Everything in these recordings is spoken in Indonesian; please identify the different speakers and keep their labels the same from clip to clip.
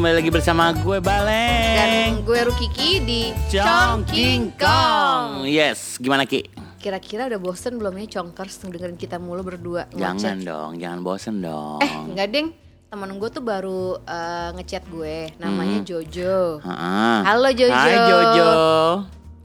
Speaker 1: lagi bersama gue Baleng
Speaker 2: Dan gue Rukiki di Chongqing
Speaker 1: Chongqing
Speaker 2: Kong.
Speaker 1: Yes, gimana Ki?
Speaker 2: Kira-kira udah bosen belum ya Chongkers dengerin kita mulu berdua
Speaker 1: Jangan
Speaker 2: ngoceh?
Speaker 1: dong, jangan bosen dong
Speaker 2: Eh enggak deng, temen gue tuh baru eh, ngechat gue Namanya
Speaker 1: Hmm.
Speaker 2: Jojo
Speaker 1: Ha-ha.
Speaker 2: Halo, Jojo.
Speaker 1: Hai Jojo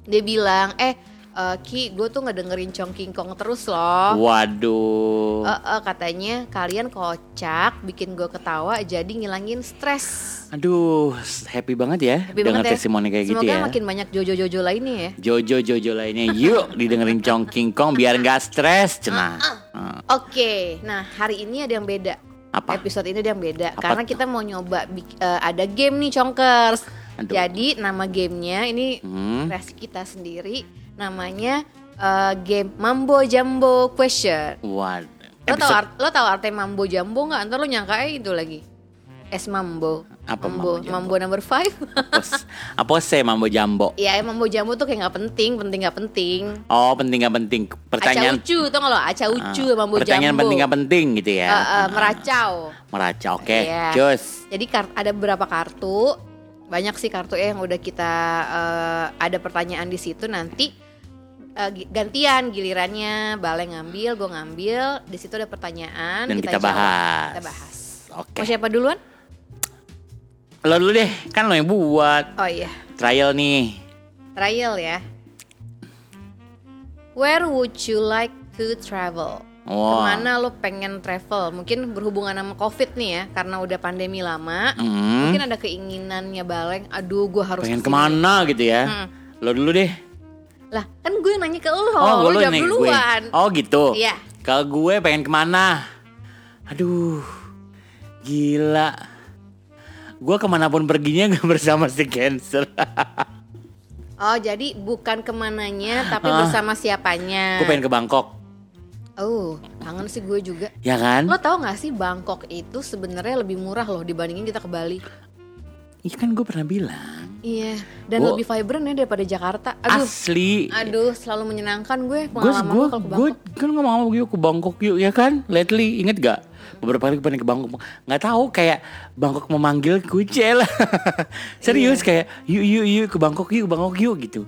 Speaker 2: Dia bilang, eh eh, Ki gue tuh ngedengerin Chongqing Kong terus loh
Speaker 1: Waduh
Speaker 2: Eh, eh, Katanya kalian kocak bikin gue ketawa jadi ngilangin stres
Speaker 1: Aduh, happy banget ya
Speaker 2: Happy
Speaker 1: Dengar
Speaker 2: banget ya.
Speaker 1: testimoni kayak
Speaker 2: Semoga
Speaker 1: gitu ya
Speaker 2: makin banyak Jojo-Jojo lainnya ya
Speaker 1: Jojo Jojo lainnya yuk didengerin Chongqing Kong biar nggak stres
Speaker 2: Ah,
Speaker 1: cenah. Eh,
Speaker 2: Oke, nah hari ini ada yang beda
Speaker 1: Apa?
Speaker 2: episode ini ada yang beda
Speaker 1: Apa
Speaker 2: karena
Speaker 1: tuh?
Speaker 2: kita mau nyoba bik- eh, ada game nih congkers
Speaker 1: Aduh.
Speaker 2: jadi nama gamenya ini
Speaker 1: Hmm.
Speaker 2: kreasi kita sendiri namanya eh, game mambo jambo question
Speaker 1: What?
Speaker 2: lo tau art- lo tau arti mambo jambo nggak ntar lo nyangka eh, itu lagi es mambo
Speaker 1: Apa mambo
Speaker 2: mambo
Speaker 1: jambo?
Speaker 2: mambo number five
Speaker 1: Apa sih mambo jambo?
Speaker 2: ya eh, mambo jambo tuh kayak nggak penting penting nggak penting
Speaker 1: Oh penting nggak penting
Speaker 2: aca
Speaker 1: pertanyaan
Speaker 2: ucu tau nggak lo aca ucu
Speaker 1: Ah,
Speaker 2: mambo
Speaker 1: pertanyaan
Speaker 2: jambo
Speaker 1: penting nggak penting gitu ya
Speaker 2: Eh, eh, meracau
Speaker 1: meraca oke
Speaker 2: Iya.
Speaker 1: cus
Speaker 2: Jadi kar- ada beberapa kartu, banyak sih kartu ya yang udah kita eh, ada pertanyaan di situ nanti eh, gi- gantian gilirannya Baleng ngambil, gue ngambil, di situ ada pertanyaan
Speaker 1: dan kita,
Speaker 2: jawab,
Speaker 1: bahas
Speaker 2: Kan Kita bahas.
Speaker 1: oke
Speaker 2: Mau siapa duluan?
Speaker 1: lo dulu deh kan lo yang buat
Speaker 2: Oh iya,
Speaker 1: trial nih
Speaker 2: trial ya. Where would you like to travel?
Speaker 1: Wah.
Speaker 2: Kemana lo pengen travel? Mungkin berhubungan sama COVID nih ya, karena udah pandemi lama.
Speaker 1: Hmm,
Speaker 2: Mungkin ada keinginannya Baleng, aduh gue harus
Speaker 1: pengen
Speaker 2: kesini.
Speaker 1: kemana gitu ya
Speaker 2: Hmm.
Speaker 1: lo dulu deh Oh,
Speaker 2: Lah, kan gue yang nanya ke lo,
Speaker 1: gua
Speaker 2: lo
Speaker 1: dulu
Speaker 2: jawab
Speaker 1: nih, gue.
Speaker 2: duluan.
Speaker 1: oh gitu
Speaker 2: Iya.
Speaker 1: kalau gue pengen kemana aduh gila gue kemanapun perginya gak bersama si cancer
Speaker 2: Oh, jadi bukan kemananya, tapi
Speaker 1: Ah.
Speaker 2: bersama siapanya.
Speaker 1: gue pengen ke Bangkok
Speaker 2: Oh, kangen sih gue juga.
Speaker 1: ya kan
Speaker 2: Lo tau gak sih Bangkok itu sebenarnya lebih murah loh dibandingin kita ke Bali.
Speaker 1: Iya kan gue pernah bilang
Speaker 2: Iya, dan
Speaker 1: Gua-
Speaker 2: lebih vibrant ya daripada Jakarta. Aduh,
Speaker 1: asli
Speaker 2: aduh, selalu menyenangkan gue
Speaker 1: Gue
Speaker 2: pengalaman
Speaker 1: gue
Speaker 2: lo kalau ke
Speaker 1: gue
Speaker 2: Bangkok.
Speaker 1: kan ngomong sama yuk ke Bangkok yuk ya kan lately inget gak beberapa kali gue pengen ke Bangkok nggak tahu kayak Bangkok memanggil kucel
Speaker 2: Iya.
Speaker 1: serius kayak yuk yuk yuk ke Bangkok yuk Bangkok yuk gitu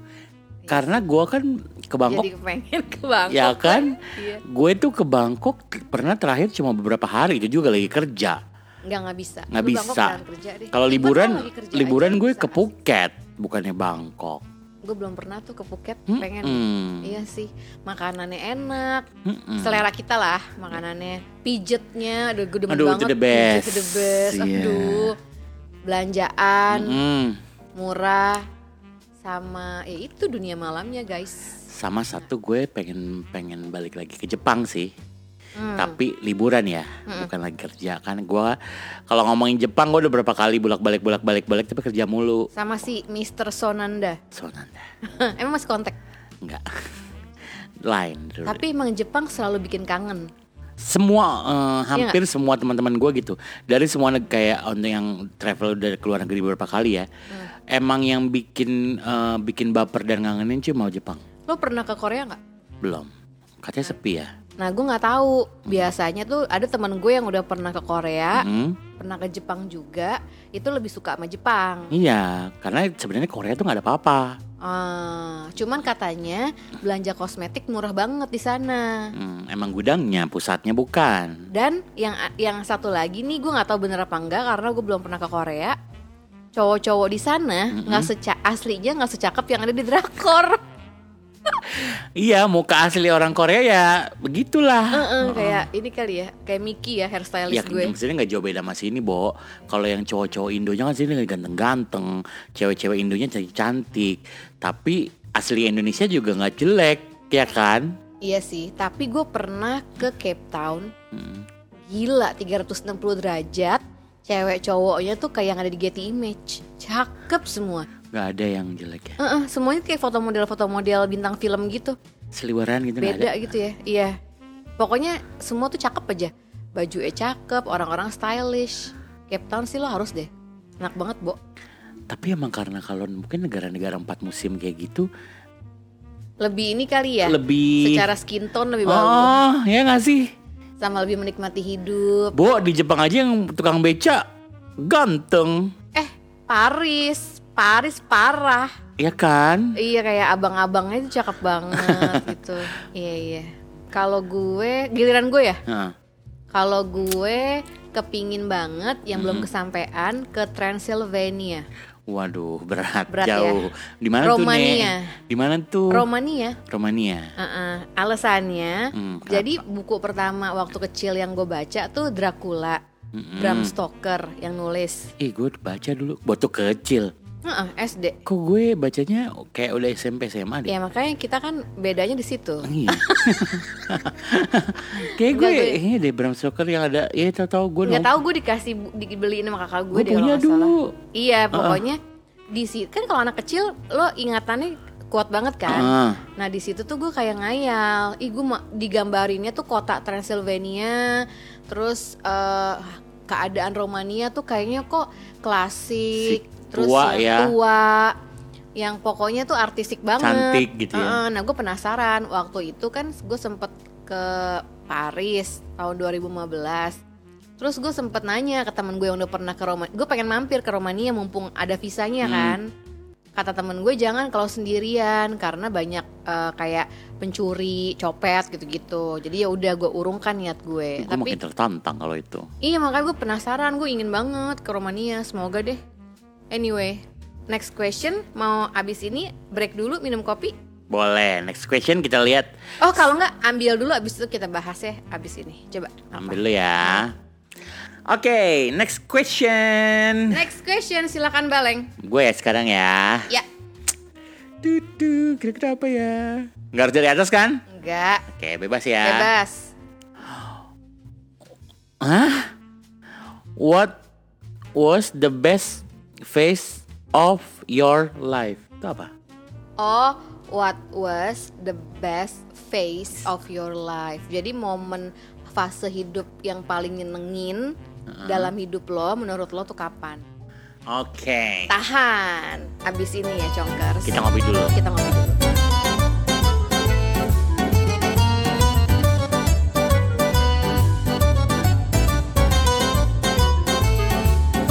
Speaker 1: karena gue kan ke Bangkok
Speaker 2: Jadi pengen ke Bangkok.
Speaker 1: ya kan
Speaker 2: Iya.
Speaker 1: gue tuh ke Bangkok t- pernah terakhir cuma beberapa hari itu juga lagi kerja
Speaker 2: Enggak, nggak bisa.
Speaker 1: nggak
Speaker 2: Lu Bangkok
Speaker 1: bisa
Speaker 2: jangan kerja deh.
Speaker 1: kalau
Speaker 2: Cuman
Speaker 1: liburan
Speaker 2: lagi kerja
Speaker 1: liburan
Speaker 2: aja
Speaker 1: gue
Speaker 2: bisa.
Speaker 1: ke Phuket bukannya Bangkok
Speaker 2: Gue belum pernah tuh ke Phuket,
Speaker 1: Mm-mm.
Speaker 2: pengen. Iya sih, makanannya enak,
Speaker 1: Mm-mm.
Speaker 2: selera kita lah makanannya pijetnya aduh gue demen
Speaker 1: Aduh,
Speaker 2: banget
Speaker 1: itu the best.
Speaker 2: pijet, the best
Speaker 1: Iya. Mm.
Speaker 2: aduh belanjaan
Speaker 1: Mm-mm.
Speaker 2: murah sama ya itu dunia malamnya guys
Speaker 1: sama satu gue pengen pengen balik lagi ke Jepang sih
Speaker 2: Hmm.
Speaker 1: tapi liburan ya bukan lagi kerja kan gue kalau ngomongin Jepang gue udah berapa kali bolak balik bolak balik balik tapi kerja mulu
Speaker 2: sama si Mr. Sonanda
Speaker 1: Sonanda
Speaker 2: emang masih kontak
Speaker 1: enggak lain dulu.
Speaker 2: tapi emang Jepang selalu bikin kangen
Speaker 1: semua eh, hampir semua teman-teman gue gitu dari semua neg- kayak untuk yang travel udah keluar negeri beberapa kali ya emang yang bikin eh, bikin baper dan ngangenin cuma Jepang
Speaker 2: lo pernah ke Korea nggak
Speaker 1: belum katanya sepi ya
Speaker 2: nah gue nggak
Speaker 1: Mm.
Speaker 2: tahu biasanya tuh ada teman gue yang udah pernah ke Korea
Speaker 1: Hmm.
Speaker 2: pernah ke Jepang juga itu lebih suka sama Jepang
Speaker 1: iya karena sebenarnya Korea tuh nggak ada apa-apa
Speaker 2: Ah, cuman katanya belanja kosmetik murah banget di sana.
Speaker 1: Hmm, emang gudangnya, pusatnya bukan.
Speaker 2: Dan yang yang satu lagi nih gue nggak tahu bener apa enggak karena gue belum pernah ke Korea. Cowok-cowok di sana
Speaker 1: Mm-mm.
Speaker 2: nggak seca- aslinya nggak secakep yang ada di drakor.
Speaker 1: Iya, muka asli orang Korea ya begitulah.
Speaker 2: Heeh, kayak ini kali ya, kayak Mickey ya hairstylist
Speaker 1: Ya,
Speaker 2: gue.
Speaker 1: maksudnya nggak jauh beda sama sini, Bo. Kalau yang cowok-cowok Indonya kan sini ganteng-ganteng, cewek-cewek Indonya jadi cantik. Tapi asli Indonesia juga nggak jelek, ya kan?
Speaker 2: Iya sih, tapi gue pernah ke Cape Town.
Speaker 1: Hmm.
Speaker 2: Gila 360 derajat. Cewek cowoknya tuh kayak yang ada di Getty Image. Cakep semua.
Speaker 1: Nggak ada yang jelek ya.
Speaker 2: Heeh, semuanya kayak foto model-foto model bintang film gitu.
Speaker 1: Seliweran gitu nggak ada.
Speaker 2: beda gitu ya iya pokoknya semua tuh cakep aja baju eh cakep orang-orang stylish Cape Town sih lo harus deh enak banget bo
Speaker 1: Tapi emang karena kalau mungkin negara-negara empat musim kayak gitu
Speaker 2: lebih ini kali ya
Speaker 1: lebih
Speaker 2: secara skin tone lebih bagus
Speaker 1: Oh, ya nggak sih?
Speaker 2: sama lebih menikmati hidup
Speaker 1: Bo di Jepang aja yang tukang beca ganteng.
Speaker 2: Eh, Paris, Paris parah.
Speaker 1: Ya kan?
Speaker 2: Iya kayak abang-abangnya itu cakep banget gitu. Iya iya. Kalau gue, giliran gue ya.
Speaker 1: Nah,
Speaker 2: Kalau gue kepingin banget yang belum kesampaian ke Transylvania,
Speaker 1: waduh berat,
Speaker 2: Berat ya.
Speaker 1: jauh. Di mana tuh Nek?
Speaker 2: Romania,
Speaker 1: Di mana tuh?
Speaker 2: Romania.
Speaker 1: Romania.
Speaker 2: Uh-uh. Alasannya,
Speaker 1: Hmm, kenapa?
Speaker 2: jadi buku pertama waktu kecil yang gue baca tuh Dracula,
Speaker 1: Mm-mm.
Speaker 2: Bram Stoker yang nulis.
Speaker 1: Ih gue baca dulu Waktu kecil
Speaker 2: Uh-uh, SD.
Speaker 1: Kok gue bacanya kayak udah SMP SMA deh
Speaker 2: Ya makanya kita kan bedanya di situ.
Speaker 1: Iya. kayak gue
Speaker 2: Enggak, gue-
Speaker 1: ini deh Bram Stoker yang ada ya tau tau gue
Speaker 2: Nggak
Speaker 1: nom-
Speaker 2: tahu gue dikasih bu- dibeliin sama kakak gue,
Speaker 1: gue
Speaker 2: deh kalau
Speaker 1: punya
Speaker 2: nggak salah.
Speaker 1: dulu
Speaker 2: Iya pokoknya di situ kan kalau anak kecil lo ingatannya kuat banget kan.
Speaker 1: Ah,
Speaker 2: Nah di situ tuh gue kayak ngayal, ih gue ma- digambarinnya tuh kota Transylvania, terus eh, keadaan Romania tuh kayaknya kok klasik,
Speaker 1: Si-
Speaker 2: terus
Speaker 1: tua
Speaker 2: yang
Speaker 1: ya.
Speaker 2: tua, yang pokoknya tuh artistik banget.
Speaker 1: cantik gitu ya
Speaker 2: Heeh, nah gue penasaran waktu itu kan gue sempet ke Paris tahun 2015 Terus gue sempet nanya ke temen gue yang udah pernah ke Roma Gue pengen mampir ke Romania mumpung ada visanya
Speaker 1: Hmm.
Speaker 2: kan Kata temen gue jangan kalau sendirian Karena banyak eh, kayak pencuri, copet gitu-gitu Jadi ya udah gue urungkan niat gue
Speaker 1: gue
Speaker 2: Tapi
Speaker 1: makin tertantang kalau itu
Speaker 2: iya makanya gue penasaran Gue ingin banget ke Romania Semoga deh Anyway Next question Mau abis ini break dulu minum kopi
Speaker 1: boleh next question kita lihat
Speaker 2: Oh kalau nggak ambil dulu abis itu kita bahas ya abis ini coba apa?
Speaker 1: ambil dulu ya oke next question
Speaker 2: Next question silakan Baleng.
Speaker 1: gue ya sekarang ya
Speaker 2: Ya
Speaker 1: Tutu, kira-kira apa ya nggak harus dari atas kan
Speaker 2: enggak
Speaker 1: oke bebas ya
Speaker 2: bebas.
Speaker 1: Hah? What was the best phase of your life? Itu apa?
Speaker 2: Oh what was the best phase of your life? Jadi momen fase hidup yang paling nyenengin dalam hidup lo menurut lo tuh kapan?
Speaker 1: Oke.
Speaker 2: Tahan abis ini ya Congkers.
Speaker 1: Kita ngopi dulu.
Speaker 2: kita ngopi dulu.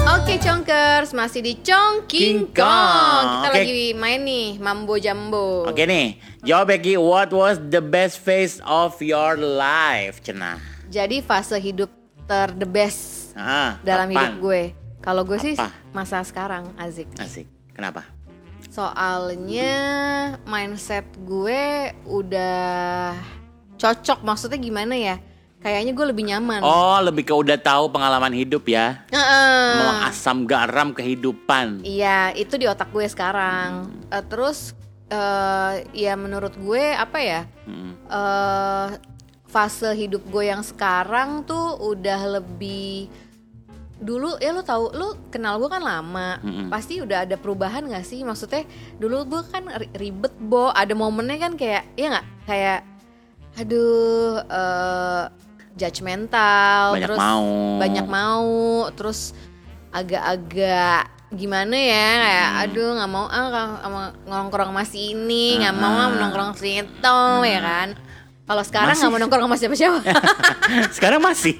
Speaker 2: Oke Congkers, masih di Chongking
Speaker 1: King Kong.
Speaker 2: Kong. Kita
Speaker 1: Oke.
Speaker 2: lagi main nih Mambo Jambo.
Speaker 1: Oke nih, jawab Becky, what was the best phase of your life, Cena?
Speaker 2: Jadi fase hidup ter the best
Speaker 1: Ah,
Speaker 2: dalam
Speaker 1: kapan?
Speaker 2: hidup gue. Kalau gue sih
Speaker 1: Apa?
Speaker 2: masa sekarang, Azik.
Speaker 1: Asik. Kenapa?
Speaker 2: Soalnya mindset gue udah cocok maksudnya gimana ya? Kayaknya gue lebih nyaman.
Speaker 1: Oh, lebih ke udah tahu pengalaman hidup ya.
Speaker 2: Heeh.
Speaker 1: Memang asam garam kehidupan.
Speaker 2: Iya, itu di otak gue sekarang. Eh, terus eh ya menurut gue apa ya?
Speaker 1: Hmm.
Speaker 2: eh fase hidup gue yang sekarang tuh udah lebih dulu ya lu tahu lu kenal gue kan lama
Speaker 1: Mm-mm.
Speaker 2: pasti udah ada perubahan gak sih maksudnya dulu gue kan ri- ribet bo ada momennya kan kayak ya nggak kayak aduh eh judgmental
Speaker 1: Banyak
Speaker 2: terus
Speaker 1: mau.
Speaker 2: banyak mau terus agak-agak gimana ya kayak aduh nggak mau ah nggak- sama nongkrong sama si ini nggak mau ah
Speaker 1: Ah.
Speaker 2: nongkrong si itu ya kan kalau sekarang nggak mau
Speaker 1: Masih.
Speaker 2: nongkrong sama siapa-siapa Ah.
Speaker 1: Sekarang masih.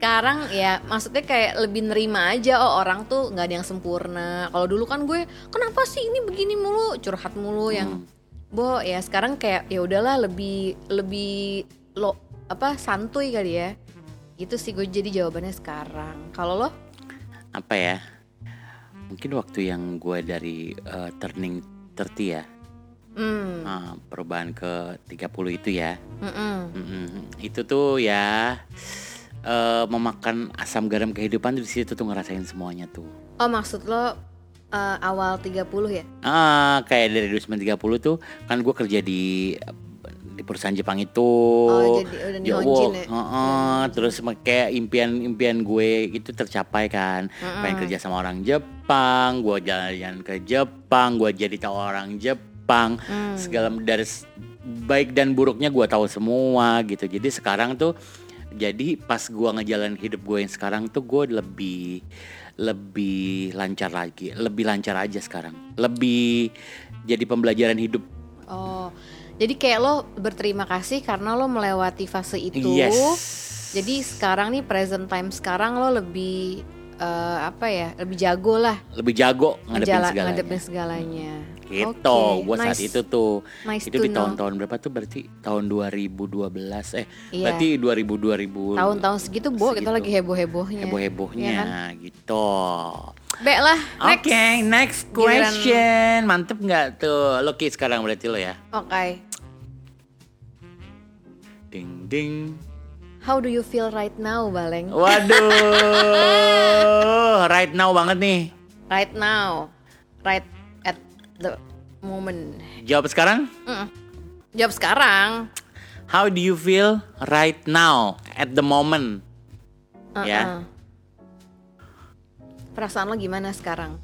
Speaker 2: sekarang ya maksudnya kayak lebih nerima aja oh orang tuh nggak ada yang sempurna kalau dulu kan gue kenapa sih ini begini mulu curhat mulu yang bo ya sekarang kayak ya udahlah lebih lebih lo apa santuy kali ya gitu sih gue jadi jawabannya sekarang kalau lo
Speaker 1: apa ya mungkin waktu yang gue dari eh, turning 30 ya
Speaker 2: hmm
Speaker 1: eh, perubahan ke 30 itu ya
Speaker 2: mm-mm.
Speaker 1: Mm-mm. itu tuh ya eh, memakan asam garam kehidupan tuh di situ tuh ngerasain semuanya tuh
Speaker 2: Oh maksud lo eh, awal 30 ya?
Speaker 1: ah kayak dari 2030 tuh kan gue kerja di di perusahaan Jepang itu
Speaker 2: Oh, jadi udah
Speaker 1: Ya,
Speaker 2: nihonjin
Speaker 1: wow,
Speaker 2: ya?
Speaker 1: heeh, terus mak- kayak impian-impian gue itu tercapai kan.
Speaker 2: Heeh.
Speaker 1: Pengen kerja sama orang Jepang, gue jalan-jalan ke Jepang, gue jadi tahu orang Jepang,
Speaker 2: Hmm.
Speaker 1: segala dari s- baik dan buruknya gue tahu semua gitu. Jadi sekarang tuh jadi pas gue ngejalan hidup gue yang sekarang tuh gue lebih lebih lancar lagi, lebih lancar aja sekarang. Lebih jadi pembelajaran hidup.
Speaker 2: Oh jadi kayak lo berterima kasih karena lo melewati fase itu
Speaker 1: Yes.
Speaker 2: Jadi sekarang nih present time sekarang lo lebih eh, apa ya lebih jago lah
Speaker 1: lebih jago ngadepin
Speaker 2: ngejala-
Speaker 1: segalanya.
Speaker 2: ngadepin segalanya.
Speaker 1: Gitu,
Speaker 2: Oke,
Speaker 1: gue saat
Speaker 2: nice.
Speaker 1: itu tuh
Speaker 2: Nice
Speaker 1: itu
Speaker 2: to
Speaker 1: di
Speaker 2: know.
Speaker 1: tahun-tahun berapa tuh berarti tahun 2012 eh
Speaker 2: Iya.
Speaker 1: berarti 2000 2000
Speaker 2: tahun-tahun segitu bo kita
Speaker 1: Segitu.
Speaker 2: lagi heboh-hebohnya.
Speaker 1: heboh-hebohnya
Speaker 2: Iya
Speaker 1: gitu.
Speaker 2: Baik lah, next.
Speaker 1: Oke, next
Speaker 2: Giliran-
Speaker 1: question. Mantep nggak tuh Lo Ki sekarang berarti lo ya?
Speaker 2: Oke.
Speaker 1: Ding ding.
Speaker 2: How do you feel right now, Baleng?
Speaker 1: Waduh, right now banget nih.
Speaker 2: Right now. Right at the moment.
Speaker 1: Jawab sekarang.
Speaker 2: Mm. Jawab sekarang.
Speaker 1: How do you feel right now at the moment?
Speaker 2: Uh-uh.
Speaker 1: Ya.
Speaker 2: Perasaan lo gimana sekarang?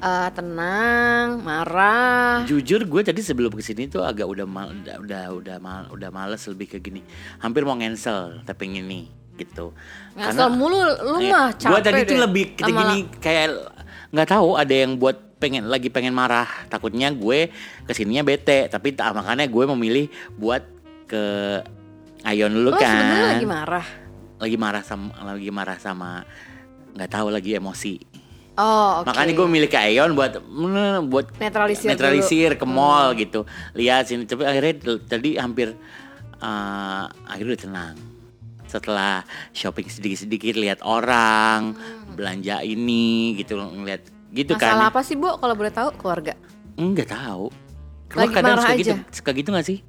Speaker 2: Eh, tenang, marah.
Speaker 1: Jujur gue tadi sebelum kesini tuh agak udah mal, udah udah udah, mal, udah males lebih ke gini. Hampir mau cancel tapi ini gitu.
Speaker 2: Ngasal mulu lu mah capek
Speaker 1: Gue tadi
Speaker 2: deh.
Speaker 1: tuh iya. lebih ke
Speaker 2: Lama-lama.
Speaker 1: gini kayak nggak tahu ada yang buat pengen lagi pengen marah. Takutnya gue kesininya bete. Tapi tak- makanya gue memilih buat ke Ayon dulu
Speaker 2: Lo
Speaker 1: kan.
Speaker 2: Oh, sebenarnya lagi marah.
Speaker 1: lagi marah sama lagi marah sama nggak tahu lagi emosi.
Speaker 2: Oh, oke.
Speaker 1: Makanya gue milih ke Aeon buat mm, buat
Speaker 2: Netralisir dulu. Hmm.
Speaker 1: netralisir ke mall gitu. Lihat sini tapi akhirnya t- tadi hampir eh, akhirnya udah tenang. Setelah shopping sedikit-sedikit lihat orang, belanja ini gitu ngeliat gitu
Speaker 2: Hmm. Masalah
Speaker 1: kan.
Speaker 2: apa sih, Bu? Kalau boleh tahu keluarga.
Speaker 1: Enggak tahu.
Speaker 2: Lagi
Speaker 1: kadang
Speaker 2: marah
Speaker 1: suka
Speaker 2: aja.
Speaker 1: gitu, suka gitu gak sih?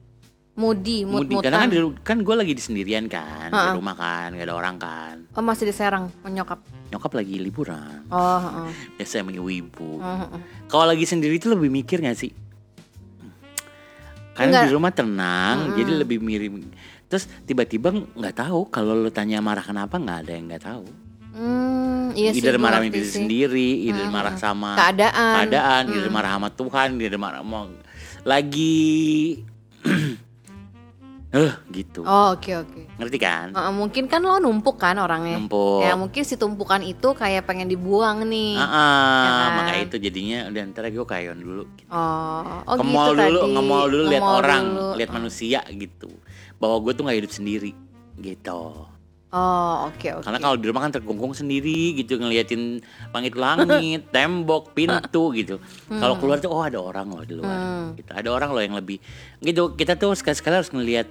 Speaker 2: Moody,
Speaker 1: Moody. Karena kan,
Speaker 2: mood-moodan.
Speaker 1: di ru- kan gue lagi di sendirian kan,
Speaker 2: Ha-ha.
Speaker 1: di rumah kan, gak ada orang kan.
Speaker 2: Oh, masih diserang menyokap.
Speaker 1: Nyokap lagi liburan.
Speaker 2: Oh, heeh.
Speaker 1: Biasanya emang ibu-ibu.
Speaker 2: Heeh, heeh.
Speaker 1: Kalau lagi sendiri itu lebih mikir gak sih? Karena
Speaker 2: Enggak.
Speaker 1: di rumah tenang, jadi lebih mirip. Terus tiba-tiba nggak tahu kalau lu tanya marah kenapa nggak ada yang nggak tahu.
Speaker 2: Hmm, iya sih.
Speaker 1: Either
Speaker 2: gua
Speaker 1: marah sama
Speaker 2: ngerti
Speaker 1: diri
Speaker 2: sih.
Speaker 1: sendiri, either marah sama
Speaker 2: Keadaan.
Speaker 1: keadaan, either marah sama Tuhan, either marah sama lagi eh gitu.
Speaker 2: Oh, oke oke.
Speaker 1: Ngerti kan?
Speaker 2: Heeh, mungkin kan lo numpuk kan orangnya.
Speaker 1: Numpuk.
Speaker 2: Ya mungkin si tumpukan itu kayak pengen dibuang nih.
Speaker 1: Ah,
Speaker 2: Ya kan?
Speaker 1: makanya itu jadinya udah ntar gue kayon dulu.
Speaker 2: Oh, oh
Speaker 1: ke
Speaker 2: gitu
Speaker 1: mall
Speaker 2: tadi.
Speaker 1: dulu, nge mall dulu lihat
Speaker 2: Nge-mall
Speaker 1: orang,
Speaker 2: dulu.
Speaker 1: lihat manusia gitu. Bahwa gue tuh nggak hidup sendiri gitu.
Speaker 2: Oh, oke oke.
Speaker 1: Karena kalau di rumah kan terkungkung sendiri gitu ngeliatin langit langit, tembok, pintu gitu. Kalau keluar tuh oh ada orang loh di luar. Gitu. Ada orang loh yang lebih gitu. Kita tuh sekali-sekali harus ngelihat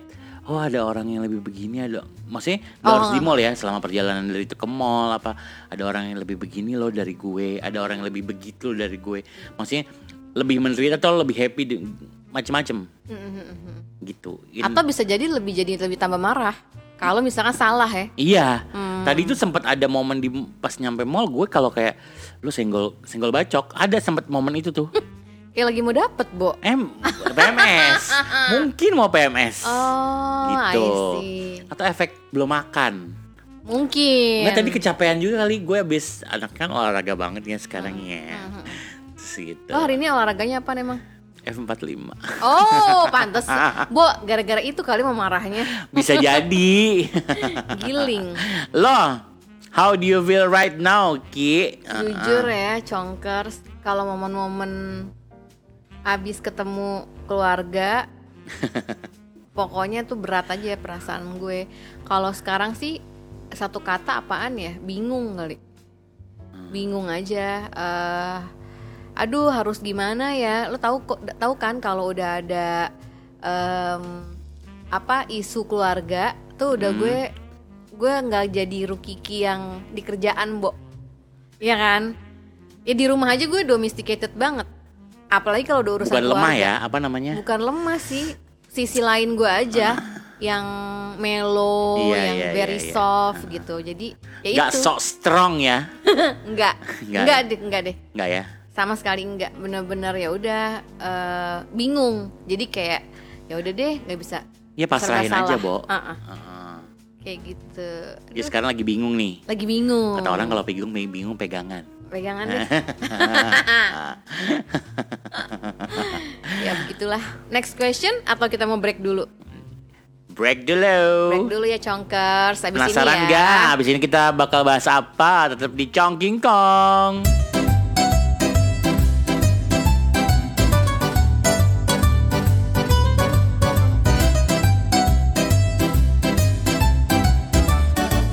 Speaker 1: oh ada orang yang lebih begini ada. Maksudnya nggak harus di mall ya selama perjalanan dari itu ke mall apa ada orang yang lebih begini loh dari gue, ada orang yang lebih begitu loh dari gue. Maksudnya lebih menderita atau lebih happy di- macem-macem
Speaker 2: Mm-mm-mm.
Speaker 1: gitu. In-
Speaker 2: Atau bisa jadi lebih jadi lebih tambah marah kalau misalkan salah ya.
Speaker 1: Iya. Tadi itu sempat ada momen di pas nyampe mall gue kalau kayak lu senggol senggol bacok, ada sempat momen itu tuh.
Speaker 2: Kayak lagi mau dapet, Bo.
Speaker 1: M PMS. Mungkin mau PMS.
Speaker 2: Oh,
Speaker 1: gitu.
Speaker 2: I see. Iya.
Speaker 1: Atau efek belum makan.
Speaker 2: Mungkin.
Speaker 1: Nggak, tadi kecapean juga kali gue abis anak kan olahraga banget ya sekarang ya. Terus gitu.
Speaker 2: Hmm, Oh, hari ini olahraganya apa emang?
Speaker 1: F45.
Speaker 2: Oh, pantes. Bo, gara-gara itu kali mau marahnya.
Speaker 1: Bisa jadi.
Speaker 2: Giling.
Speaker 1: Loh, how do you feel right now, Ki?
Speaker 2: Jujur ya, congkers kalau momen-momen abis ketemu keluarga pokoknya tuh berat aja ya perasaan gue. Kalau sekarang sih satu kata apaan ya? Bingung kali. Bingung aja. eh aduh harus gimana ya? Lo tahu kok tahu kan kalau udah ada em, apa isu keluarga tuh udah
Speaker 1: Hmm.
Speaker 2: gue gue nggak jadi rukiki yang di kerjaan, Bo. Iya kan? Ya di rumah aja gue domesticated banget. Apalagi kalau udah urusan
Speaker 1: Bukan lemah
Speaker 2: keluarga.
Speaker 1: ya, apa namanya?
Speaker 2: Bukan lemah sih, sisi lain gue aja yang melo,
Speaker 1: Iya,
Speaker 2: yang
Speaker 1: iya,
Speaker 2: very
Speaker 1: iya, iya.
Speaker 2: soft gitu. Jadi ya
Speaker 1: Gak
Speaker 2: itu.
Speaker 1: sok strong ya.
Speaker 2: enggak.
Speaker 1: Enggak.
Speaker 2: Enggak deh, enggak deh.
Speaker 1: Enggak ya?
Speaker 2: Sama sekali enggak bener-bener ya udah eh, bingung. Jadi kayak ya udah deh, nggak bisa.
Speaker 1: Ya pasrahin
Speaker 2: Serba
Speaker 1: aja,
Speaker 2: salah.
Speaker 1: Bo.
Speaker 2: Ah, ah,
Speaker 1: Heeh.
Speaker 2: kayak gitu.
Speaker 1: Dia sekarang lagi bingung nih.
Speaker 2: Lagi bingung.
Speaker 1: Kata orang kalau bingung bingung pegangan.
Speaker 2: pegangan deh. ya begitulah. Next question atau kita mau break dulu?
Speaker 1: Break dulu.
Speaker 2: Break dulu ya Congkers Abis
Speaker 1: Penasaran
Speaker 2: ini ya
Speaker 1: nggak? Abis ini kita bakal bahas apa? Tetap di Chongking Kong.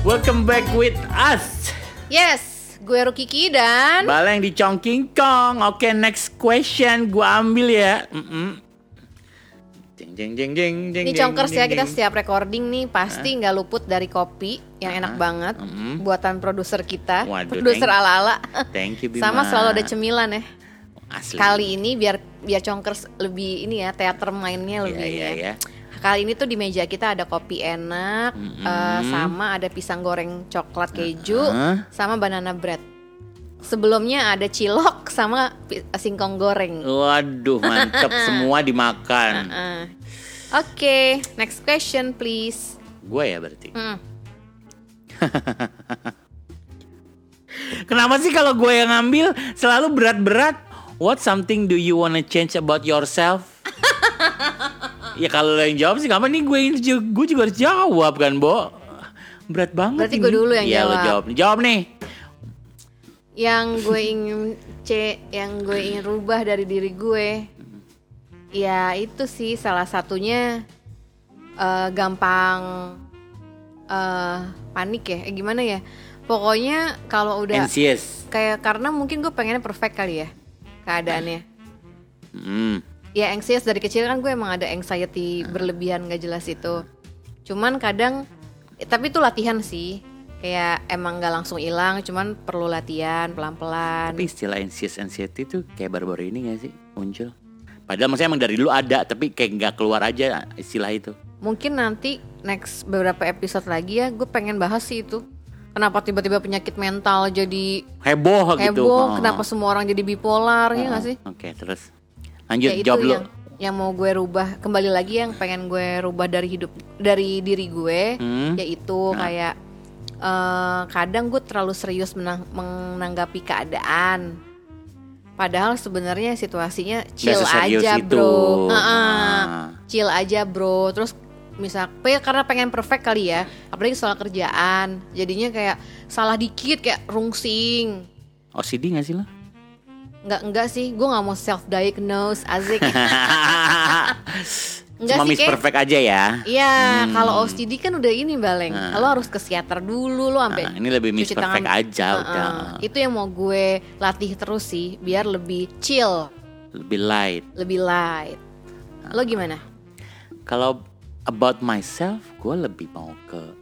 Speaker 1: Welcome back with us.
Speaker 2: Yes Gue Rukiki dan
Speaker 1: Bala yang di Chongqing Kong. Oke, next question gua ambil ya. Mm-mm. Jeng jeng jeng jeng jeng.
Speaker 2: ini
Speaker 1: jeng,
Speaker 2: congkers
Speaker 1: jeng,
Speaker 2: ya kita
Speaker 1: jeng.
Speaker 2: setiap recording nih pasti nggak luput dari kopi yang enak banget
Speaker 1: Mm.
Speaker 2: buatan produser kita,
Speaker 1: Waduh,
Speaker 2: produser
Speaker 1: thank-
Speaker 2: ala-ala.
Speaker 1: Thank you Bima.
Speaker 2: Sama selalu ada cemilan ya.
Speaker 1: Asli.
Speaker 2: Kali ini biar biar congkers lebih ini ya teater mainnya
Speaker 1: Iya
Speaker 2: lebih ini
Speaker 1: iya
Speaker 2: ya.
Speaker 1: iya.
Speaker 2: Kali ini tuh di meja kita ada kopi enak,
Speaker 1: Mm-mm.
Speaker 2: eh, sama ada pisang goreng coklat keju,
Speaker 1: Heeh.
Speaker 2: sama banana bread. Sebelumnya ada cilok sama pi- eh, singkong
Speaker 1: Oh.
Speaker 2: goreng.
Speaker 1: Waduh, mantep semua dimakan.
Speaker 2: Heeh. Ah. Oke, next question please.
Speaker 1: Gue ya berarti.
Speaker 2: Hmm.
Speaker 1: Kenapa sih kalau gue yang ngambil selalu berat-berat? What something do you wanna change about yourself? ya kalau lo yang jawab sih nggak apa nih gue ini ju- gue juga harus jawab kan, Bo. Berat banget.
Speaker 2: Berarti gue
Speaker 1: ini.
Speaker 2: dulu yang
Speaker 1: Iya, lo
Speaker 2: jawab.
Speaker 1: jawab. Jawab nih.
Speaker 2: Yang gue ingin C, yang gue ingin rubah dari diri gue. Ya itu sih salah satunya eh, gampang eh panik ya. Eh, gimana ya? Pokoknya kalau udah
Speaker 1: NCS.
Speaker 2: kayak karena mungkin gue pengennya perfect kali ya keadaannya.
Speaker 1: Hmm.
Speaker 2: Ya anxious dari kecil kan gue emang ada anxiety berlebihan gak jelas itu. Cuman kadang eh, tapi itu latihan sih. Kayak emang gak langsung hilang, cuman perlu latihan pelan-pelan.
Speaker 1: Tapi istilah NCS anxiety itu kayak baru-baru ini gak sih muncul? Padahal maksudnya emang dari dulu ada, tapi kayak nggak keluar aja istilah itu.
Speaker 2: Mungkin nanti next beberapa episode lagi ya gue pengen bahas sih itu. Kenapa tiba-tiba penyakit mental jadi
Speaker 1: Heboh, gitu.
Speaker 2: heboh,
Speaker 1: Oh.
Speaker 2: kenapa semua orang jadi bipolar ya gak sih?
Speaker 1: Oke, terus lanjut
Speaker 2: ya itu
Speaker 1: jawab lu.
Speaker 2: yang yang mau gue rubah kembali lagi yang pengen gue rubah dari hidup dari diri gue
Speaker 1: Hmm.
Speaker 2: yaitu kayak eh, kadang gue terlalu serius menang- menanggapi keadaan padahal sebenarnya situasinya chill
Speaker 1: seserius
Speaker 2: aja
Speaker 1: itu. Nah.
Speaker 2: bro Heeh.
Speaker 1: Ah.
Speaker 2: chill aja bro terus misal pe- karena pengen perfect kali ya apalagi soal kerjaan jadinya kayak salah dikit kayak rungsing
Speaker 1: OCD gak sih lo?
Speaker 2: nggak enggak sih gue nggak mau self diagnose azik Enggak
Speaker 1: Cuma
Speaker 2: sih,
Speaker 1: Miss
Speaker 2: Kay.
Speaker 1: Perfect aja ya.
Speaker 2: Iya, kalau OCD kan udah ini baleng. Lo harus ke psikiater dulu lo sampai.
Speaker 1: Nah, Ah. ini lebih Miss
Speaker 2: cuci
Speaker 1: Perfect
Speaker 2: tangan.
Speaker 1: aja
Speaker 2: Heeh.
Speaker 1: udah.
Speaker 2: Itu yang mau gue latih terus sih, biar lebih chill,
Speaker 1: Lebih light.
Speaker 2: lebih light.
Speaker 1: Ah,
Speaker 2: Lo gimana?
Speaker 1: Kalau about myself, gue lebih mau ke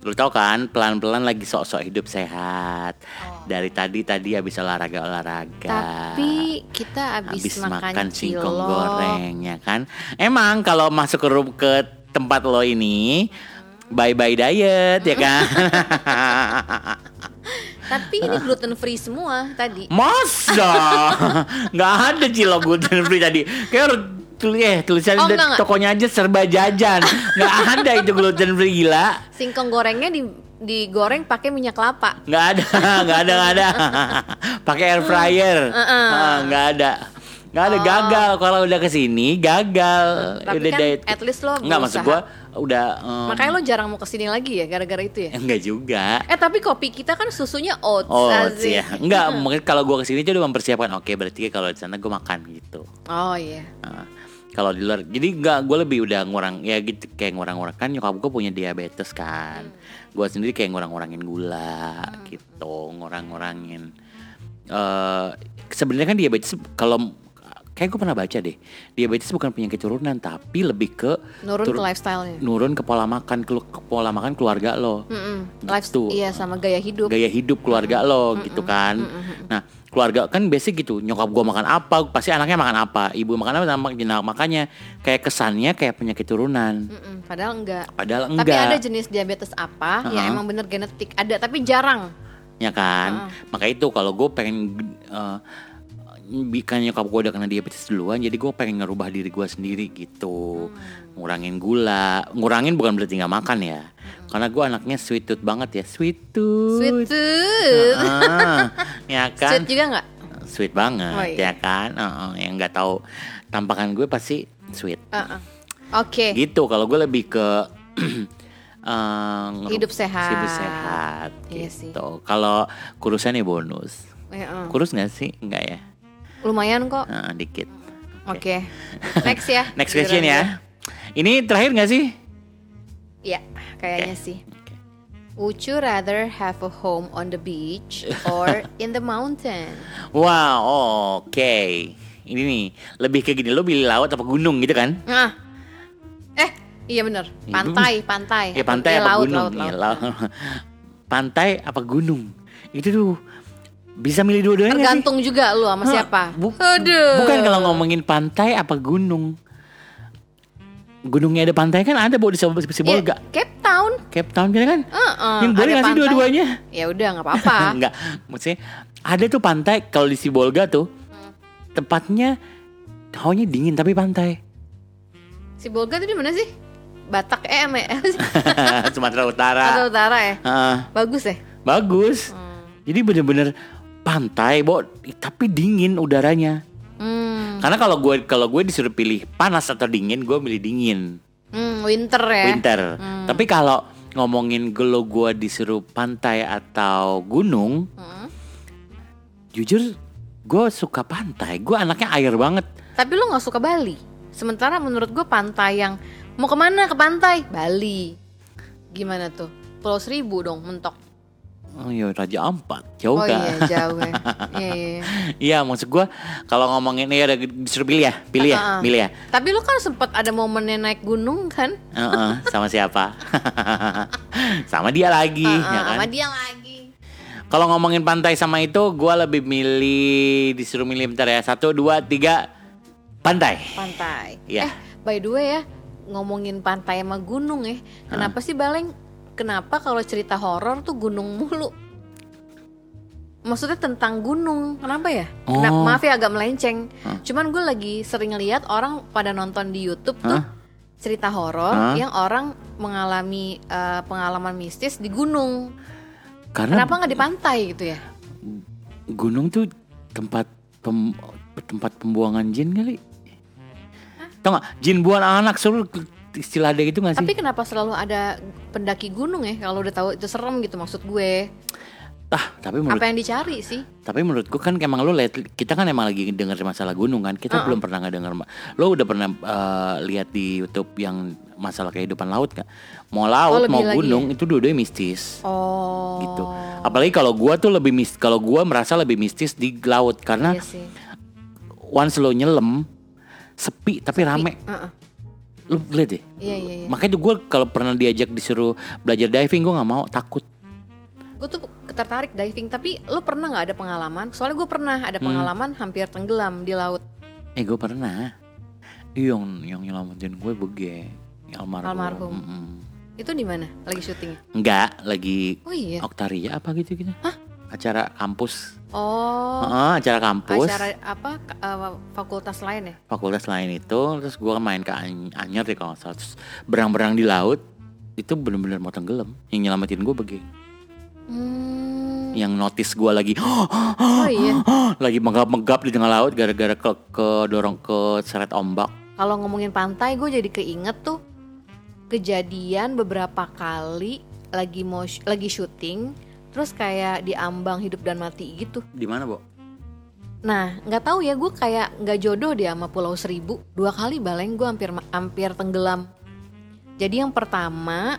Speaker 1: Lu tau kan, pelan-pelan lagi sok-sok hidup sehat.
Speaker 2: Oh.
Speaker 1: Dari tadi tadi habis olahraga-olahraga.
Speaker 2: Tapi kita abis, makan,
Speaker 1: habis makan singkong
Speaker 2: cilok.
Speaker 1: goreng ya kan. Emang kalau masuk ke ru- ke tempat lo ini bye bye diet ya kan.
Speaker 2: Tapi ini gluten free semua tadi.
Speaker 1: Masa nggak ada cilok gluten free tadi. Kayak harus tul- eh tulisan
Speaker 2: Oh,
Speaker 1: di
Speaker 2: enggak, enggak.
Speaker 1: tokonya aja serba jajan. nggak ada itu gluten free gila.
Speaker 2: Singkong gorengnya di digoreng pakai minyak kelapa.
Speaker 1: Nggak ada, nggak ada, nggak ada. Pakai air fryer.
Speaker 2: Mm,
Speaker 1: Ah, Nggak ada. Nggak ada gagal kalau udah kesini gagal.
Speaker 2: Oh. Tapi
Speaker 1: udah
Speaker 2: kan at least lo
Speaker 1: nggak maksud gua
Speaker 2: berusaha.
Speaker 1: udah. em,
Speaker 2: Makanya lo jarang mau kesini lagi ya gara-gara itu ya.
Speaker 1: Enggak juga.
Speaker 2: Eh tapi kopi kita kan susunya oats,
Speaker 1: Oh,
Speaker 2: Azik.
Speaker 1: ya. Enggak, mungkin kalau gua kesini tuh udah mempersiapkan. Oke, berarti kalau di sana gua makan gitu.
Speaker 2: Oh iya.
Speaker 1: Nah, kalau di luar, jadi enggak, gua lebih udah ngurang, ya gitu kayak ngurang-ngurang kan nyokap gua punya diabetes kan. Gua sendiri kayak ngurang-ngurangin gula gitu, ngurang-ngurangin. eh Sebenarnya kan diabetes kalau kayak gue pernah baca deh, diabetes bukan penyakit turunan tapi lebih ke
Speaker 2: Nurun
Speaker 1: turun-
Speaker 2: ke lifestyle-nya.
Speaker 1: nurun ke pola makan ke, ke pola makan keluarga lo.
Speaker 2: Mm-mm.
Speaker 1: Gitu.
Speaker 2: Lifestyle, iya sama gaya hidup.
Speaker 1: gaya hidup keluarga lo gitu kan. Nah, keluarga kan basic gitu. Nyokap gua makan apa, pasti anaknya makan apa. Ibu makan apa, nama- nah, makanya kayak kesannya kayak penyakit turunan.
Speaker 2: Mm-mm, Padahal enggak.
Speaker 1: Padahal
Speaker 2: Tapi ada
Speaker 1: enggak,
Speaker 2: jenis diabetes apa
Speaker 1: Uh-huh.
Speaker 2: yang emang bener genetik? Ada tapi jarang.
Speaker 1: ya
Speaker 2: Ah.
Speaker 1: kan? Maka itu kalau gue pengen eh, bi- kan nyokap gue udah kena diabetes duluan, jadi gue pengen ngerubah diri gue sendiri gitu,
Speaker 2: Hmm.
Speaker 1: ngurangin gula, ngurangin bukan berarti nggak makan ya, karena gue anaknya sweet tooth banget ya, sweet
Speaker 2: Hmm.
Speaker 1: tooth,
Speaker 2: Sweet tooth.
Speaker 1: Ah, ya kan?
Speaker 2: Sweet juga nggak?
Speaker 1: sweet banget
Speaker 2: Oh, iya.
Speaker 1: ya kan Heeh, yang nggak tahu tampakan gue pasti sweet
Speaker 2: Uh-uh. Oke.
Speaker 1: gitu kalau gue lebih ke eh, ngeru-
Speaker 2: Hidup sehat.
Speaker 1: hidup sehat
Speaker 2: Iya sih.
Speaker 1: gitu kalau kurusan ya bonus
Speaker 2: Iya, uh.
Speaker 1: kurus nggak sih nggak ya
Speaker 2: Lumayan kok.
Speaker 1: Heeh, dikit
Speaker 2: Oke. Next ya.
Speaker 1: next
Speaker 2: Giliran
Speaker 1: question
Speaker 2: gue.
Speaker 1: ya ini terakhir nggak sih
Speaker 2: Iya, kayaknya sih.
Speaker 1: Oke.
Speaker 2: Would you rather have a home on the beach or in the mountain?
Speaker 1: Wow, oke. Ini nih, lebih kayak gini. Lo pilih laut apa gunung gitu kan?
Speaker 2: Nah, eh iya bener,
Speaker 1: Iya,
Speaker 2: pantai, pantai.
Speaker 1: Ya pantai
Speaker 2: Iya,
Speaker 1: apa
Speaker 2: laut,
Speaker 1: gunung?
Speaker 2: laut,
Speaker 1: Iya,
Speaker 2: laut.
Speaker 1: laut. Pantai apa gunung? Itu tuh bisa milih dua-duanya Iya nggak sih?
Speaker 2: Tergantung juga lu sama
Speaker 1: Hah,
Speaker 2: siapa.
Speaker 1: bu-
Speaker 2: Aduh.
Speaker 1: Bukan kalau ngomongin pantai apa gunung. Gunungnya ada pantai kan ada bawa di Sib-
Speaker 2: Iya,
Speaker 1: Sibolga.
Speaker 2: Cape Town.
Speaker 1: Cape Town kan kan?
Speaker 2: Heeh,
Speaker 1: Yang boleh
Speaker 2: ada
Speaker 1: nggak sih
Speaker 2: pantai.
Speaker 1: dua-duanya?
Speaker 2: Ya udah nggak apa-apa.
Speaker 1: Enggak, maksudnya ada tuh pantai kalau di Sibolga tuh
Speaker 2: Hmm.
Speaker 1: tempatnya hawanya dingin tapi pantai.
Speaker 2: si Bolga tuh di mana sih? Batak eh sama eh, sih?
Speaker 1: Sumatera Utara.
Speaker 2: Atau utara ya?
Speaker 1: Heeh,
Speaker 2: Bagus ya?
Speaker 1: bagus.
Speaker 2: Hmm.
Speaker 1: Jadi bener-bener pantai, Bo, tapi dingin udaranya.
Speaker 2: Hmm.
Speaker 1: Karena kalau gue kalau gue disuruh pilih panas atau dingin, gue milih dingin.
Speaker 2: Hmm, winter ya.
Speaker 1: Winter. Tapi kalau ngomongin gelo gue disuruh pantai atau gunung,
Speaker 2: Hmm.
Speaker 1: jujur gue suka pantai. Gue anaknya air banget.
Speaker 2: Tapi lu nggak suka Bali. Sementara menurut gue pantai yang mau kemana ke pantai Bali. Gimana tuh? Pulau Seribu dong mentok.
Speaker 1: Oh iya Raja Ampat,
Speaker 2: Oh
Speaker 1: jauh
Speaker 2: iya
Speaker 1: kan?
Speaker 2: jauh ya. Iya, iya, iya.
Speaker 1: Iya maksud gue kalau ngomongin ya ada disuruh pilih ya, pilih ya,
Speaker 2: Heeh.
Speaker 1: pilih ya.
Speaker 2: Tapi lu kan sempat ada momennya naik gunung kan?
Speaker 1: Heeh, Uh-uh. sama siapa? sama dia lagi,
Speaker 2: Heeh,
Speaker 1: ya kan?
Speaker 2: Ah, Sama dia lagi.
Speaker 1: Kalau ngomongin pantai sama itu, gue lebih milih disuruh milih bentar ya. Satu, dua, tiga, pantai.
Speaker 2: Pantai.
Speaker 1: Iya.
Speaker 2: Eh, by the way ya, ngomongin pantai sama gunung ya. Kenapa sih Baleng? Kenapa kalau cerita horor tuh gunung mulu? Maksudnya tentang gunung, kenapa ya? Kena-
Speaker 1: Oh.
Speaker 2: maaf ya agak melenceng. Cuman gue lagi sering lihat orang pada nonton di YouTube tuh cerita horor
Speaker 1: Hah?
Speaker 2: yang orang mengalami eh, pengalaman mistis di gunung.
Speaker 1: Karena
Speaker 2: Kenapa nggak di pantai gitu ya?
Speaker 1: gunung tuh tempat pem- tempat pembuangan jin kali. Tau gak? Jin buan anak suruh istilah ada gitu gak sih?
Speaker 2: Tapi kenapa selalu ada pendaki gunung ya? Kalau udah tahu itu serem gitu maksud gue.
Speaker 1: Tah, tapi menurut
Speaker 2: Apa yang dicari sih?
Speaker 1: tapi menurut gua kan emang lu lihat kita kan emang lagi denger masalah gunung kan. Kita belum pernah nggak denger. ma- Lu udah pernah eh, lihat di YouTube yang masalah kehidupan laut gak? Mau laut
Speaker 2: Oh, lebih
Speaker 1: mau
Speaker 2: lagi ya?
Speaker 1: gunung itu dua-duanya mistis.
Speaker 2: Oh.
Speaker 1: gitu. Apalagi kalau gua tuh lebih mis kalau gua merasa lebih mistis di laut karena
Speaker 2: Iya sih.
Speaker 1: once lo nyelem sepi tapi rame.
Speaker 2: Heeh.
Speaker 1: Lu lihat deh.
Speaker 2: Iya iya iya.
Speaker 1: Makanya tuh gua kalau pernah diajak disuruh belajar diving gua nggak mau, takut.
Speaker 2: Gue tuh tertarik diving tapi lo pernah nggak ada pengalaman? Soalnya gue pernah ada pengalaman hampir tenggelam di laut
Speaker 1: Eh gua pernah. Iya, Yang yang nyelamatin gue bege almarhum.
Speaker 2: Almarhum.
Speaker 1: Mm-mm.
Speaker 2: itu di mana? Lagi syuting? ya?
Speaker 1: Enggak, lagi
Speaker 2: Oh iya.
Speaker 1: Oktaria apa gitu gitu. Acara kampus.
Speaker 2: Oh.
Speaker 1: Heeh, acara kampus.
Speaker 2: Acara apa? K- eh, fakultas lain ya?
Speaker 1: fakultas lain itu terus gua main ke Any- Anyer deh kalau nggak salah terus berang-berang di laut itu bener-bener mau tenggelam yang nyelamatin gue bagi
Speaker 2: Hmm.
Speaker 1: yang notice gua lagi
Speaker 2: Oh iya.
Speaker 1: lagi menggap-menggap di tengah laut gara-gara ke, ke dorong ke seret ombak
Speaker 2: Kalau ngomongin pantai, gue jadi keinget tuh kejadian beberapa kali lagi mau sh- lagi syuting, terus kayak diambang hidup dan mati gitu.
Speaker 1: di mana bo
Speaker 2: Nah, nggak tahu ya gue kayak nggak jodoh dia sama Pulau Seribu. Dua kali baleng gue hampir hampir tenggelam. Jadi yang pertama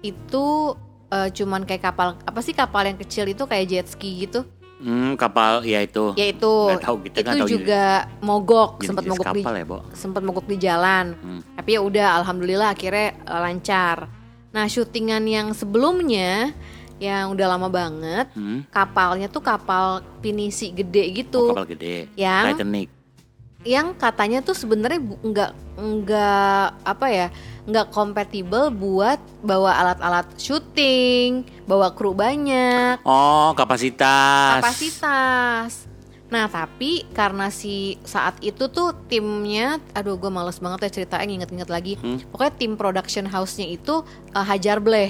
Speaker 2: itu eh, cuman kayak kapal apa sih kapal yang kecil itu kayak jet ski gitu.
Speaker 1: hmm, kapal ya itu
Speaker 2: Yaitu
Speaker 1: Nggak tahu, kita nggak
Speaker 2: itu
Speaker 1: tahu
Speaker 2: juga mogok,
Speaker 1: jenis,
Speaker 2: sempat
Speaker 1: jenis
Speaker 2: mogok di
Speaker 1: kapal ya bo
Speaker 2: sempat mogok di jalan.
Speaker 1: Hmm.
Speaker 2: Tapi ya udah alhamdulillah akhirnya eh, lancar. Nah, syutingan yang sebelumnya yang udah lama banget,
Speaker 1: hmm?
Speaker 2: kapalnya tuh kapal pinisi gede
Speaker 1: Oh,
Speaker 2: gitu.
Speaker 1: kapal gede
Speaker 2: yang
Speaker 1: Titanic
Speaker 2: yang katanya tuh sebenarnya bu- nggak nggak apa ya nggak kompatibel buat bawa alat-alat syuting bawa kru banyak
Speaker 1: oh kapasitas
Speaker 2: kapasitas. Nah tapi karena si saat itu tuh timnya, aduh gue males banget ya ceritanya nginget-nginget lagi.
Speaker 1: Hmm.
Speaker 2: Pokoknya tim production house-nya itu eh, hajar bleh.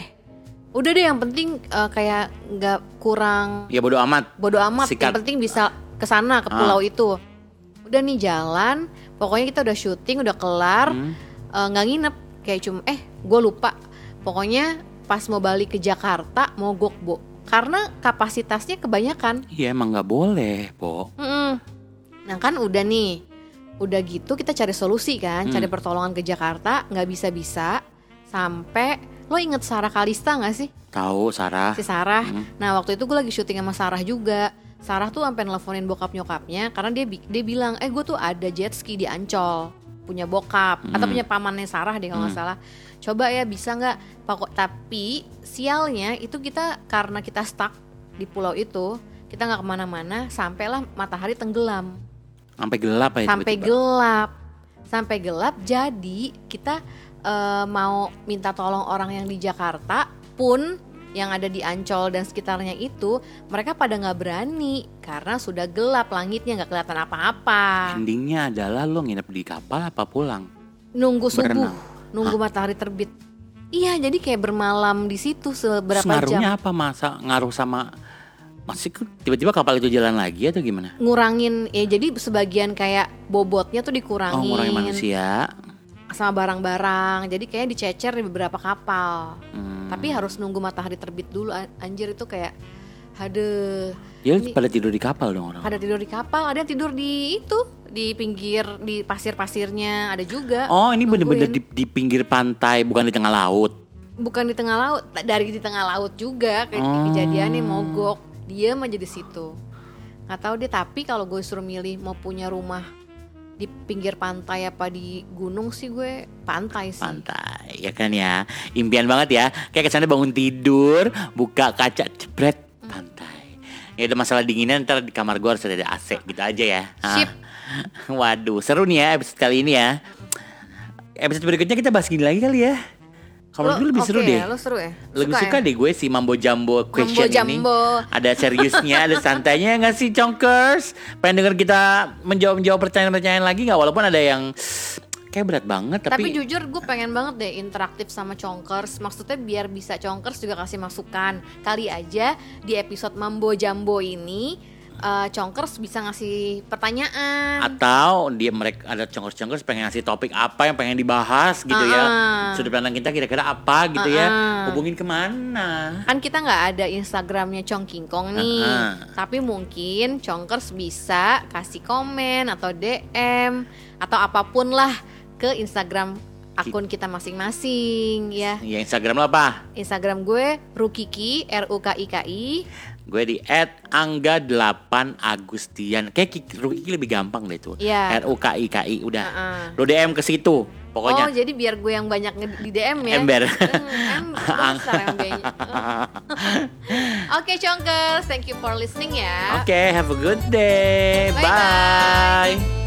Speaker 2: Udah deh yang penting eh, kayak nggak kurang
Speaker 1: ya bodo amat
Speaker 2: bodo amat.
Speaker 1: Sikat.
Speaker 2: Yang penting bisa ke sana ke
Speaker 1: Ah.
Speaker 2: pulau itu. Udah nih jalan, pokoknya kita udah syuting udah kelar,
Speaker 1: Hmm.
Speaker 2: eh, nggak nginep kayak cuma eh gue lupa. Pokoknya pas mau balik ke Jakarta mogok bu karena kapasitasnya kebanyakan.
Speaker 1: iya emang nggak boleh bo
Speaker 2: Mm-mm. Nah kan udah nih, udah gitu kita cari solusi kan,
Speaker 1: Hmm.
Speaker 2: cari pertolongan ke Jakarta, nggak bisa bisa. sampai lo inget Sarah Kalista nggak sih
Speaker 1: Tahu Sarah.
Speaker 2: si Sarah.
Speaker 1: Hmm.
Speaker 2: Nah waktu itu gue lagi syuting sama Sarah juga. Sarah tuh sampai nelfonin bokap nyokapnya karena dia bi- dia bilang, eh gue tuh ada jet ski di Ancol punya bokap atau
Speaker 1: Hmm.
Speaker 2: punya pamannya Sarah deh kalau nggak salah. Coba ya bisa nggak? Pokok tapi sialnya itu kita karena kita stuck di pulau itu kita nggak kemana-mana sampailah matahari tenggelam
Speaker 1: Sampai gelap ya
Speaker 2: sampai
Speaker 1: tiba-tiba.
Speaker 2: gelap sampai gelap jadi kita eh, mau minta tolong orang yang di Jakarta pun yang ada di Ancol dan sekitarnya itu mereka pada nggak berani karena sudah gelap langitnya nggak kelihatan apa-apa
Speaker 1: Endingnya adalah lo nginep di kapal apa pulang?
Speaker 2: nunggu subuh
Speaker 1: Berenang.
Speaker 2: nunggu matahari terbit iya jadi kayak bermalam di situ
Speaker 1: Terus
Speaker 2: seberapa jam
Speaker 1: ngaruhnya apa masa ngaruh sama masih tiba-tiba kapal itu jalan lagi atau gimana?
Speaker 2: ngurangin ya jadi sebagian kayak bobotnya tuh
Speaker 1: Oh, ngurangin
Speaker 2: dikurangin
Speaker 1: manusia.
Speaker 2: sama barang-barang jadi kayak dicecer di beberapa kapal
Speaker 1: Hmm.
Speaker 2: tapi harus nunggu matahari terbit dulu an- anjir itu kayak ada
Speaker 1: Ya
Speaker 2: ini-
Speaker 1: pada tidur di kapal dong orang.
Speaker 2: ada tidur di kapal ada yang tidur di itu di pinggir di pasir-pasirnya ada juga
Speaker 1: Oh, ini bener-bener di,
Speaker 2: Nungguin.
Speaker 1: di pinggir pantai, bukan di tengah laut.
Speaker 2: bukan di tengah laut ta- dari di tengah laut juga kayak
Speaker 1: Hmm.
Speaker 2: kejadiannya mogok dia aja di situ nggak tahu deh tapi kalau gue suruh milih mau punya rumah di pinggir pantai apa di gunung sih gue pantai sih
Speaker 1: Pantai, ya kan ya. Impian banget ya. Kayak kesana bangun tidur, buka kaca, jebret, pantai. Ya ada masalah dinginan ntar di kamar gua harus ada AC gitu aja ya. Hah?
Speaker 2: Sip.
Speaker 1: Waduh, seru nih ya episode kali ini ya. Episode berikutnya kita bahas gini lagi kali ya. Kalau
Speaker 2: Lo-
Speaker 1: dulu lebih seru
Speaker 2: oke
Speaker 1: deh.
Speaker 2: ya, lo seru ya
Speaker 1: lebih suka
Speaker 2: ya?
Speaker 1: deh gue si mambo jambo question
Speaker 2: jambo.
Speaker 1: ini. Ada seriusnya, ada santainya nggak sih congkers? Pengen denger kita menjawab-menjawab pertanyaan-pertanyaan lagi nggak? Walaupun ada yang kayak berat banget, tapi,
Speaker 2: Tapi, jujur gue pengen banget deh interaktif sama Chongkers Maksudnya biar bisa Chongkers juga kasih masukan Kali aja di episode Mambo Jambo ini eh, Chongkers bisa ngasih pertanyaan
Speaker 1: atau dia mereka ada congkers-congkers pengen ngasih topik apa yang pengen dibahas gitu ya?
Speaker 2: Ah.
Speaker 1: Sudut pandang kita kira-kira apa gitu ya?
Speaker 2: Ah.
Speaker 1: Hubungin kemana?
Speaker 2: Kan kita nggak ada Instagramnya Chong King Kong nih
Speaker 1: Heeh.
Speaker 2: Tapi mungkin Chongkers bisa kasih komen atau DM Atau apapun lah ke Instagram akun kita masing-masing ya
Speaker 1: Ya Instagram lo apa?
Speaker 2: Instagram gue Rukiki R U K I K I
Speaker 1: Gue di @angga8agustian. Kayak Kiki, Ruki lebih gampang deh tuh.
Speaker 2: Iya.
Speaker 1: R U K I K I udah.
Speaker 2: Heeh.
Speaker 1: Lo DM ke situ. Pokoknya
Speaker 2: Oh jadi biar gue yang banyak nge- di DM ya
Speaker 1: Ember.
Speaker 2: Hmm, em- besar embernya. Oke Chongkers Thank you for listening ya
Speaker 1: Okay, have a good day.
Speaker 2: Bye-bye.
Speaker 1: Bye.